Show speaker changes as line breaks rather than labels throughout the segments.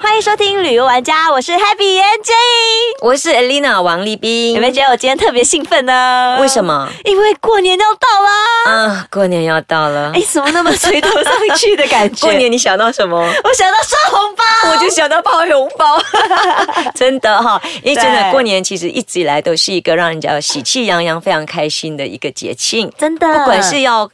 欢迎收听旅游玩家，我是 Happy and Jane。
我是 Elena 王立
有
斌
没。有觉得我今天特别兴奋呢？
嗯为什？么？
因为过年要到啦！
啊，过年要到了
哎、。怎么那么垂头丧气的感觉？
过年你想到什么？
我想到刷红包，
我就想到包红包， 真的哈、因为真
对
的过年其实一直以来都是一个让人家喜气洋洋、非常开心的一个节庆，
真的，
不管是要。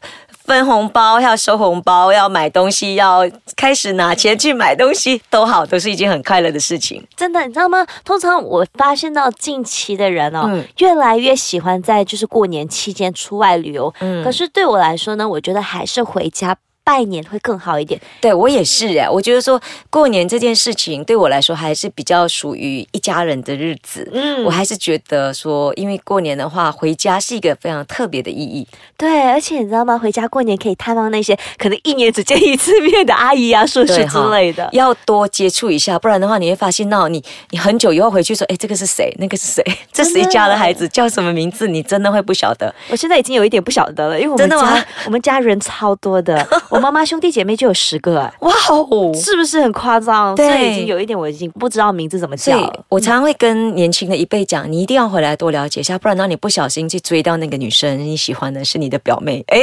分红包，要收红包，要买东西，要开始拿钱去买东西，都好，都是一件很快乐的事情。
真的，你知道吗？通常我发现到近期的人哦，
嗯
越来越喜欢在就是过年期间出外旅游。
嗯
可是对我来说呢，我觉得还是回家拜年会更好一点。
对我也是哎，我觉得说过年这件事情对我来说还是比较属于一家人的日子。
嗯
我还是觉得说，因为过年的话，回家是一个非常特别的意义。
对，而且你知道吗？回家过年可以探望那些可能一年只见一次面的阿姨啊、叔叔
对
之
哈
类的。
要多接触一下，不然的话，你会发现到你你很久以后回去说，哎，这个是谁？那个是谁？ 这是一家的孩子，叫什么名字？你真的会不晓得。
我现在已经有一点不晓得了，因为我们
真的吗
家我们家人超 多的，我妈妈兄弟姐妹就有十个、哎
哇哦！
是不是很夸张？
对
所以已经有一点我已经不知道名字怎么
所
叫
以
了。
我常常会跟年轻的一辈讲，你一定要回来多了解一下，不然当你不小心去追到那个女生，你喜欢的是你的表妹，哎，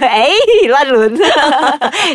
哎，乱伦，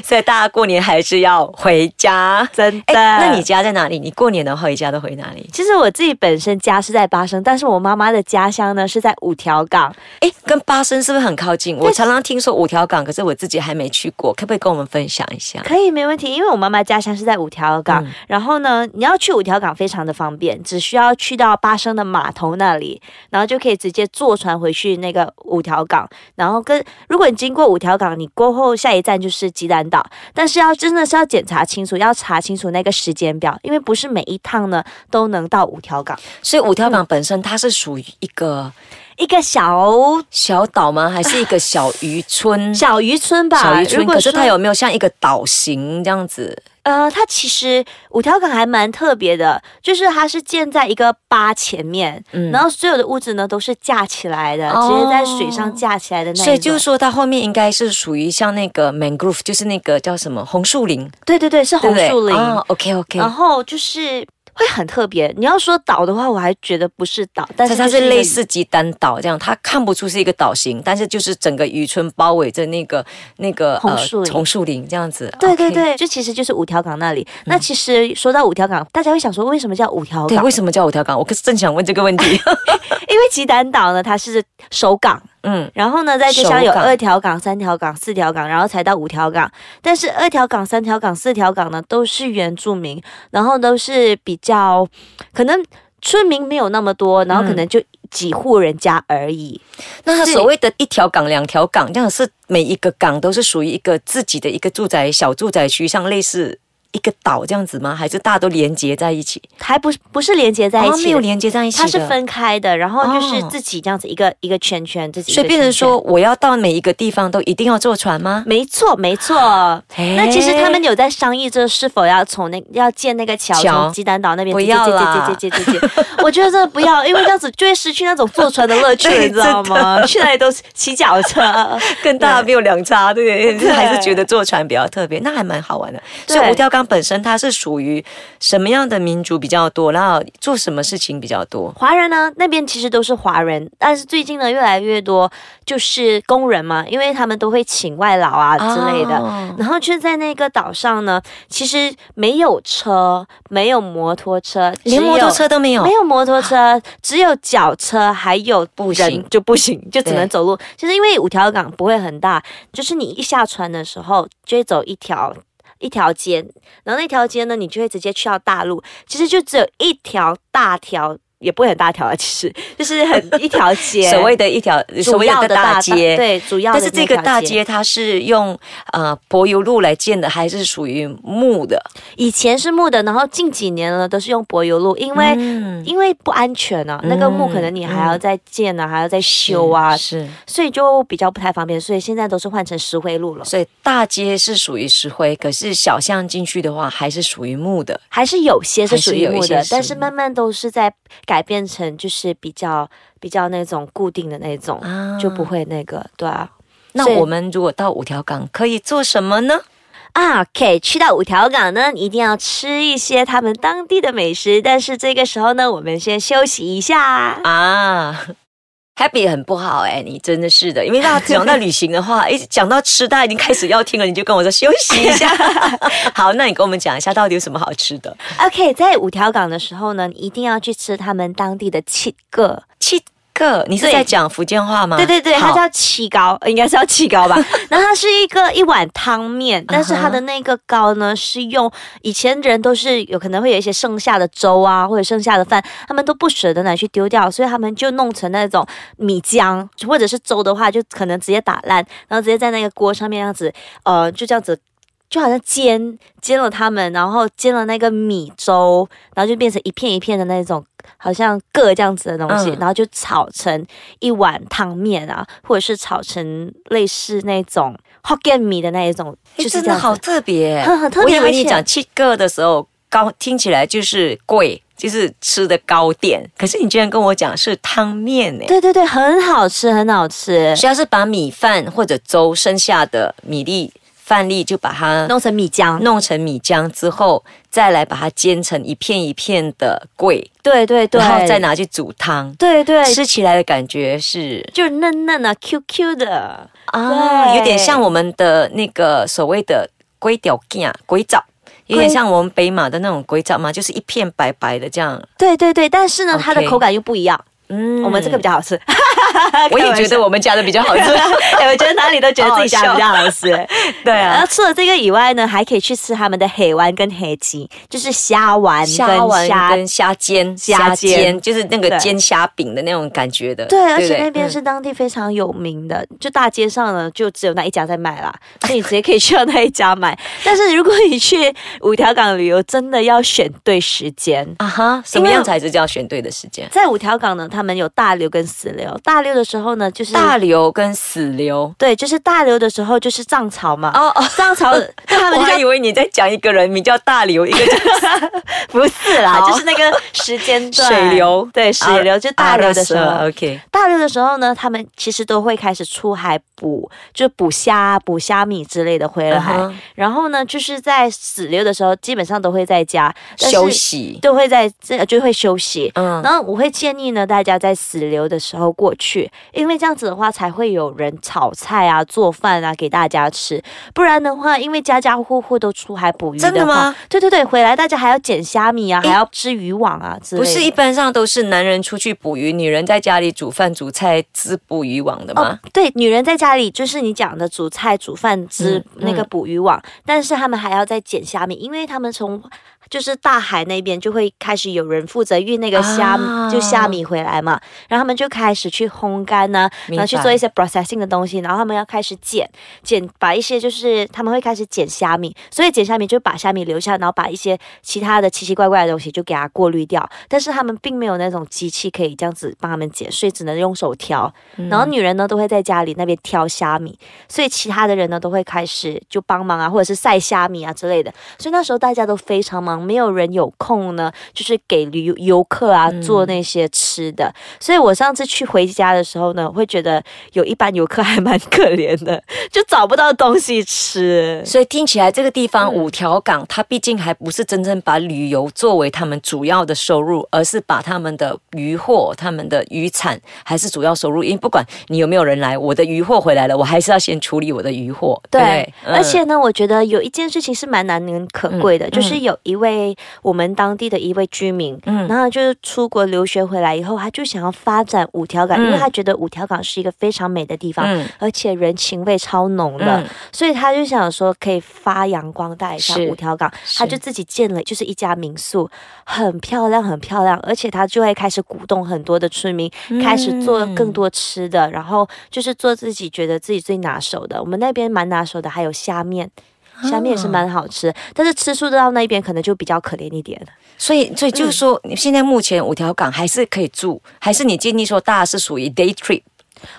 所以大家过年还是要回家。
真
哎，
的。
那你家在哪里？你过年的话，回家都回哪里？
其实我自己本身家是在巴生，但是我妈妈的家乡呢是在五条港。
哎，跟巴生是不是很靠近？我常常听说五条港，可是我自己还没去过，可不可以跟我们分享一下？
可以，没问题，因为我妈妈家乡是在五条港。
嗯
然后呢，你要去五条港非常的方便，只需要去到巴生的码头那里，然后就可以直接坐船回去那个五条港。然后跟如果你经过五条港，你过后下一站就是鸡蛋岛，但是要真的是要检查清楚，要查清楚那个时间表，因为不是每一趟呢都能到五条港。
所以五条港本身它是属于一个
一个小
小岛吗？还是一个小渔村？
小渔村吧，
嗯小渔
如
村，
果
可是它
说
有没有像一个岛型这样子？
呃，它其实五条港还蛮特别的，就是它是建在一个坝前面，
嗯
然后所有的屋子呢都是架起来的，
哦
直接在水上架起来的那一种。
所以就是说，它后面应该是属于像那个 mangrove，就是那个叫什么红树林，
对对对，
对
是红
不对
树林，
啊，OK，OK、OK
然
OK，
后就是会很特别。你要说岛的话，我还觉得不是岛，但
但
是
是
就
它
是
是
一个
类似鸡蛋岛这样，它看不出是一个岛型，但是就是整个渔村包围着那个那个
红树林
红树林这样子。
对
OK 嗯
对对，就其实就是五条港那里。那其实说到五条港，大家会想说为什么叫五条
对，
港？
为什么叫五条港？我可是正想问这个问 题。
因为吉丹岛呢，它是首港，
嗯，
然后呢，在街上有
首港
二条港、三条港、四条港，然后才到五条港。但是二条港、三条港、四条港呢，都是原住民，然后都是比较可能村民没有那么多，然后可能就几户人家而已。
那它
是
所谓的一条港、两条港，这样是每一个港都是属于一个自己的一个住宅小住宅区，像类似一个岛这样子吗？还是大家都连接在一起？
还不是不是连接在一
哦没
起
有
的，
连接在一起
它
的，
是分开的，然后就是
哦
自己这样子一个、一个圈圈，自己一个
所以变成
圈圈
说，我要到每一个地方都一定要坐船吗？
没错，没错。那其实他们有在商议，这是否要从那要建那个桥，
桥
从鸡蛋岛那边
不要啦
接接接接接接接。 我觉得真的不要，因为这样子就会失去那种坐船的 乐趣，
对
你知道吗？去哪里都是骑脚车。
跟大家没有两差，对不
对
对？还是觉得坐船比较特别，那还蛮好玩的。
对
所以五条港本身它是属于什么样的民族比较多？然后做什么事情比较多？
华人呢，那边其实都是华人，但是最近呢，越来越多就是工人嘛，因为他们都会请外劳啊之类的。
哦
然后就在那个岛上呢，其实没有车，没有摩托车，
连摩托
只有
车都没有
没。有摩托 车，只有脚车，还有
步
人
行
就 不行，就只
对
能走路。其实因为五条港不会很大，就是你一下船的时候就会走一条。一条街，然后那条街呢，你就会直接去到大陆。其实就只有一条大条，也不会很大条啊，其实 就是很一条 街，
所谓的一条所
主
谓
要
的大街，
对，主要的
但是这个大街它是用呃柏油路来建的，还是属于木的？
以前是木的，然后近几年呢都是用柏油路，因为、
嗯，
因为不安全啊，那个木可能你还要再建啊，还要再修啊，
是，
所以就比较不太方便，所以现在都是换成石灰路了，
所以大街是属于石灰，可是小巷进去的话还是属于木的。
还是有些是属于
还是有
木
一些
的，
是
但是慢慢都是在改变成就是比较比较那种固定的那种，
啊
就不会那个对啊。
那
所以
我们如果到五条港可以做什么呢？
啊，OK，去到五条港呢，你一定要吃一些他们当地的美食。但是这个时候呢，我们先休息一下。
啊，Happy 很不好哎、你真的是的，因为大家讲到旅行的 话，一讲到吃，大家已经开始要听了，你就跟我说休息一 下。好，那你跟我们讲一下到底有什么好吃的？
OK，在五条港的时候呢，你一定要去吃他们当地的七个。
七个，你是
对
在讲福建话吗？
对对对，它
好
叫七糕，呃应该是叫七 糕吧。然后它是一个一碗汤
嗯
面，但是它的那个糕呢，是用以前人都是有可能会有一些剩下的粥啊，或者剩下的饭，他们都不舍得拿去丢掉，所以他们就弄成那种米浆，或者是粥的话，就可能直接打烂，然后直接在那个锅上面这样子，呃，就这样子。就好像煎煎了它们，然后煎了那个米粥，然后就变成一片一片的那种，好像个这样子的东西，
嗯
然后就炒成一碗汤面啊，或者是炒成类似那种 Hokkien 米的那一种，
诶
就是
哎真的
这样子
好特别、
很很特别
我以为
而
你
且
讲七个的时候，高听起来就是贵，就是吃的糕点，可是你居然跟我讲是汤面哎、
对对对，很好吃，很好吃，
主要是把米饭或者粥剩下的米粒、饭粒就把它
弄成米浆。
弄成米浆之后，再来把它煎成一片一片的桂，
对对对，
然后再拿去煮汤。
对对，
吃起来的感觉是
就是嫩嫩的、Q Q 的。
啊，
对
有点像我们的那个所谓的龟屌干、龟枣，有点
龟
像我们北马的那种龟枣嘛，就是一片白白的这样。
对对对，但是呢
OK
它的口感又不一样。
嗯
我们这个比较好 吃，
我也觉得我们家的比较好吃。
哎，我觉得哪里都觉得自己嗯家比较好吃。
对
然
啊
后，除了这个以外呢，还可以去吃他们的海丸跟海鸡，就是虾丸跟
虾丸
虾
跟虾煎、
虾煎
就是那个
对
煎虾饼的那种感觉的。
对，而
不
且那边
嗯
是当地非常有名的，就大街上呢就只有那一家在卖啦，所以你直接可以去到那一 家买。但是如果你去五条港旅游，真的要选对时间。
啊哈，什么
因为
样才是叫选对的时间？
在五条港呢，他们有大流跟死流。大流的时候呢，就是
大流跟死流。
对，就是大流的时候就是涨潮嘛。
哦哦，
涨 潮，对 他
我
们就
还
叫
以为你在讲一个人名叫大流，一 个叫
不是啦，
好
就是那个时间 段
水流啊
对，水流就大流的时候。
OK，
大六的时候呢，他们其实都会开始出海捕，就捕虾、捕虾米之类的回来。
嗯哼
然后呢，就是在死六的时候，基本上都会在家但是
休息。
都会在这就会休息。
嗯，
然后我会建议呢，大家在死流的时候过去，因为这样子的话才会有人炒菜啊、做饭啊给大家吃。不然的话，因为家家户户都出海捕鱼
真的
的话
吗，
对对对，回来大家还要捡虾米啊，
诶
还要织渔网啊之类
不
的。
是一般上都是男人出去捕鱼，女人在家里煮饭煮菜织捕鱼网的吗？
哦对，女人在家里就是你讲的煮菜、煮饭、织
嗯
那个
嗯
捕鱼网，但是他们还要再捡虾米，因为他们从就是大海那边就会开始有人负责运那个虾、
啊
就虾米回来嘛，然后他们就开始去烘干啊呐、
明
然
白
后去做一些 processing 的东西，然后他们要开始捡捡，把一些就是他们会开始捡虾米，所以捡虾米就把虾米留下，然后把一些其他的奇奇怪怪的东西就给它过滤掉。但是他们并没有那种机器可以这样子帮他们捡，所以只能用手挑。然后女人呢都会在家里那边挑虾米，所以其他的人呢都会开始就帮忙啊，或者是晒虾米啊之类的。所以那时候大家都非常忙，没有人有空呢，就是给旅游游客啊做那些吃的。所以我上次去回家的时候呢，会觉得有一班游客还蛮可怜的，就找不到东西吃。
所以听起来这个地方
嗯
五条港，它毕竟还不是真正把旅游作为他们主要的收入，而是把他们的渔获、他们的渔产还是主要收入。因为不管你有没有人来，我的渔获回来了，我还是要先处理我的渔获。
对，
不嗯
而且呢，我觉得有一件事情是蛮难能可贵的，
嗯
就是有一位我们当地的一位居民，
嗯
然后就是出国留学回来以后，他就想要发展五条港，
嗯
因为他觉得五条港是一个非常美的地方，
嗯
而且人情味超浓的，
嗯
所以他就想说可以发扬光大一下
是
五条港，
是
他就自己建了就是一家民宿，很漂亮，很漂亮，而且他就会开始鼓动很多的村民
嗯
开始做更多吃的，然后就是做自己觉得自己最拿手的。我们那边蛮拿手的，还有虾面。
啊
虾面也是蛮好吃，但是吃素到那边可能就比较可怜一点。
所以，所以就是说，你现在目前五条港还是可以住，还是你建议说大家是属于 day trip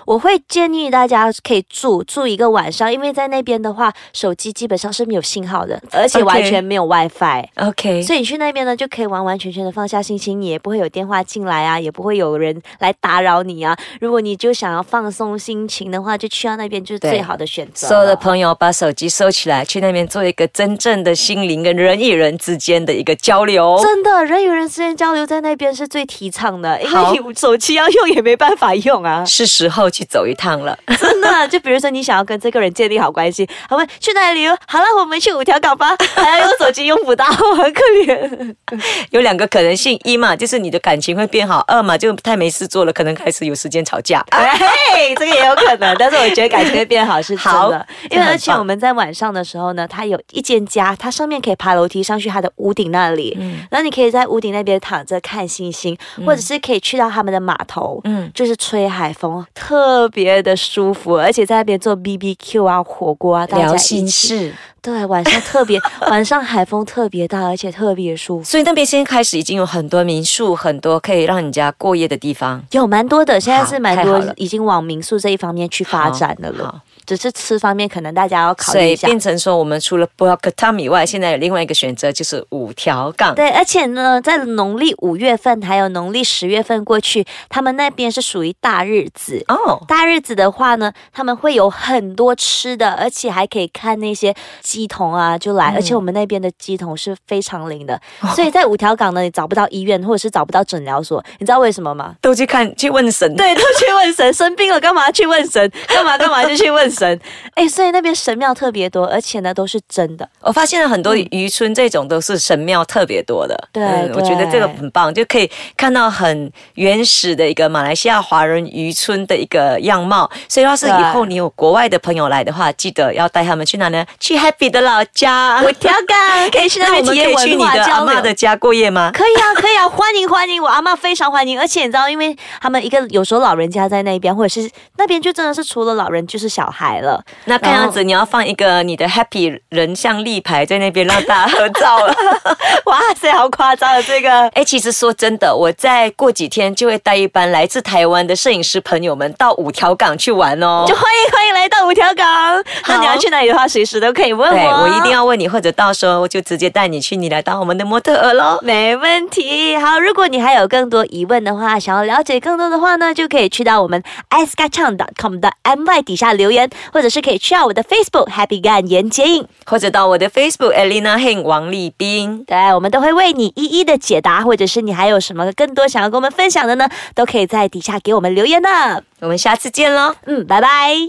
我会建议大家可以住住一个晚上，因为在那边的话，手机基本上是没有信号的，而且
OK
完全没有 WiFi。
OK，
所以你去那边呢，就可以完完全全的放下心情，你也不会有电话进来啊，也不会有人来打扰你啊。如果你就想要放松心情的话，就去到那边就是啊
对
最好的选择了。
所有的朋友把手机收起来，去那边做一个真正的心灵跟人与人之间的一个交流。
真的，人与人之间交流在那边是最提倡的，因
好
为你手机要用也没办法用啊。
是时候去走一趟了。
真的，就比如说你想要跟这个人建立好关系，他问去哪里旅游？好了，我们去五条港吧。还要用手机用不到，很可怜。
有两个可能性：一嘛，就是你的感情会变好；二嘛，就太没事做了，可能开始有时间吵架。
哎，这个也有可能，但是我觉得感情会变好是真
好
的，因为
这很
而且
棒
我们在晚上的时候呢，它有一间家，它上面可以爬楼梯上去它的屋顶那里，然后你可以在屋顶那边躺着看星星，或者是可以去到他们的码头，
嗯
就是吹海风，特别的舒服，而且在那边做 BBQ 啊、火锅啊，大家
聊
一
心
起
事，
对，晚上特 别，晚上海风特别大，而且特别舒服。
所以那边现在开始已经有很多民宿，很多可以让人家过夜的地方。
有蛮多的，现在
好
是蛮
太好
多
了
已经往民宿这一方面去发展的了。
好，
只是吃方面，可能大家要考
所
虑
以
一下。
变成说，我们除了 b o k t a m 以外，现在有另外一个选择就是五条港。
对，而且呢，在农历五月份还有农历十月份过去，他们那边是属于大日子。
哦，
大日子的话呢，他们会有很多吃的，而且还可以看那些鸡童啊，就来。而且我们那边的鸡童是非常灵的，所以在五条港呢，你找不到医院或者是找不到诊疗所，你知道为什么吗？
都去看去问神。
对，都去问神，生病了干嘛去问神？干嘛干嘛就去问神？哎，所以那边神庙特别多，而且呢都是真的。
我发现了很多渔村这种都是神庙特别多的，
嗯
嗯
对
我觉得
对
这个很棒，就可以看到很原始的一个马来西亚华人渔村的一个样貌。所以要是
对
以后你有国外的朋友来的话，记得要带他们去哪呢？去 Happy 的老家。
我调岗可以去那
那我
边
们可
体验
以去
文
你
化
的阿
交
妈
流
的。家过夜吗？
可以啊，可以啊，欢迎欢迎！我阿嬷非常欢迎，而且你知道，因为他们一个有时候老人家在那边，或者是那边就真的是除了老人就是小孩了。
那看样子你要放一个你的 Happy 人像立牌在那边让大家合照了。
哇塞，好夸张的这个！
哎，其实说真的，我再过几天就会带一班来自台湾的摄影师朋友们到五条港去玩哦。
就欢迎欢迎来到五条港。那你要去哪里的话，随时都可以问我。啊
对，我一定要问你，或者到时候就直接带你去，你来当我们的模特儿喽。
没问题。好，如果你还有更多疑问的话，想要了解更多的话呢，就可以去到我们 i s k a c h a n g c o m 的 my 底下留言，或者是可以去到我的 Facebook Happy Gan 严接应，
或者到我的 Facebook Elena Heng 王立斌。
对我们都会为你一一的解答，或者是你还有什么更多想要跟我们分享的呢，都可以在底下给我们留言呢。
我们下次见喽。
嗯，拜拜。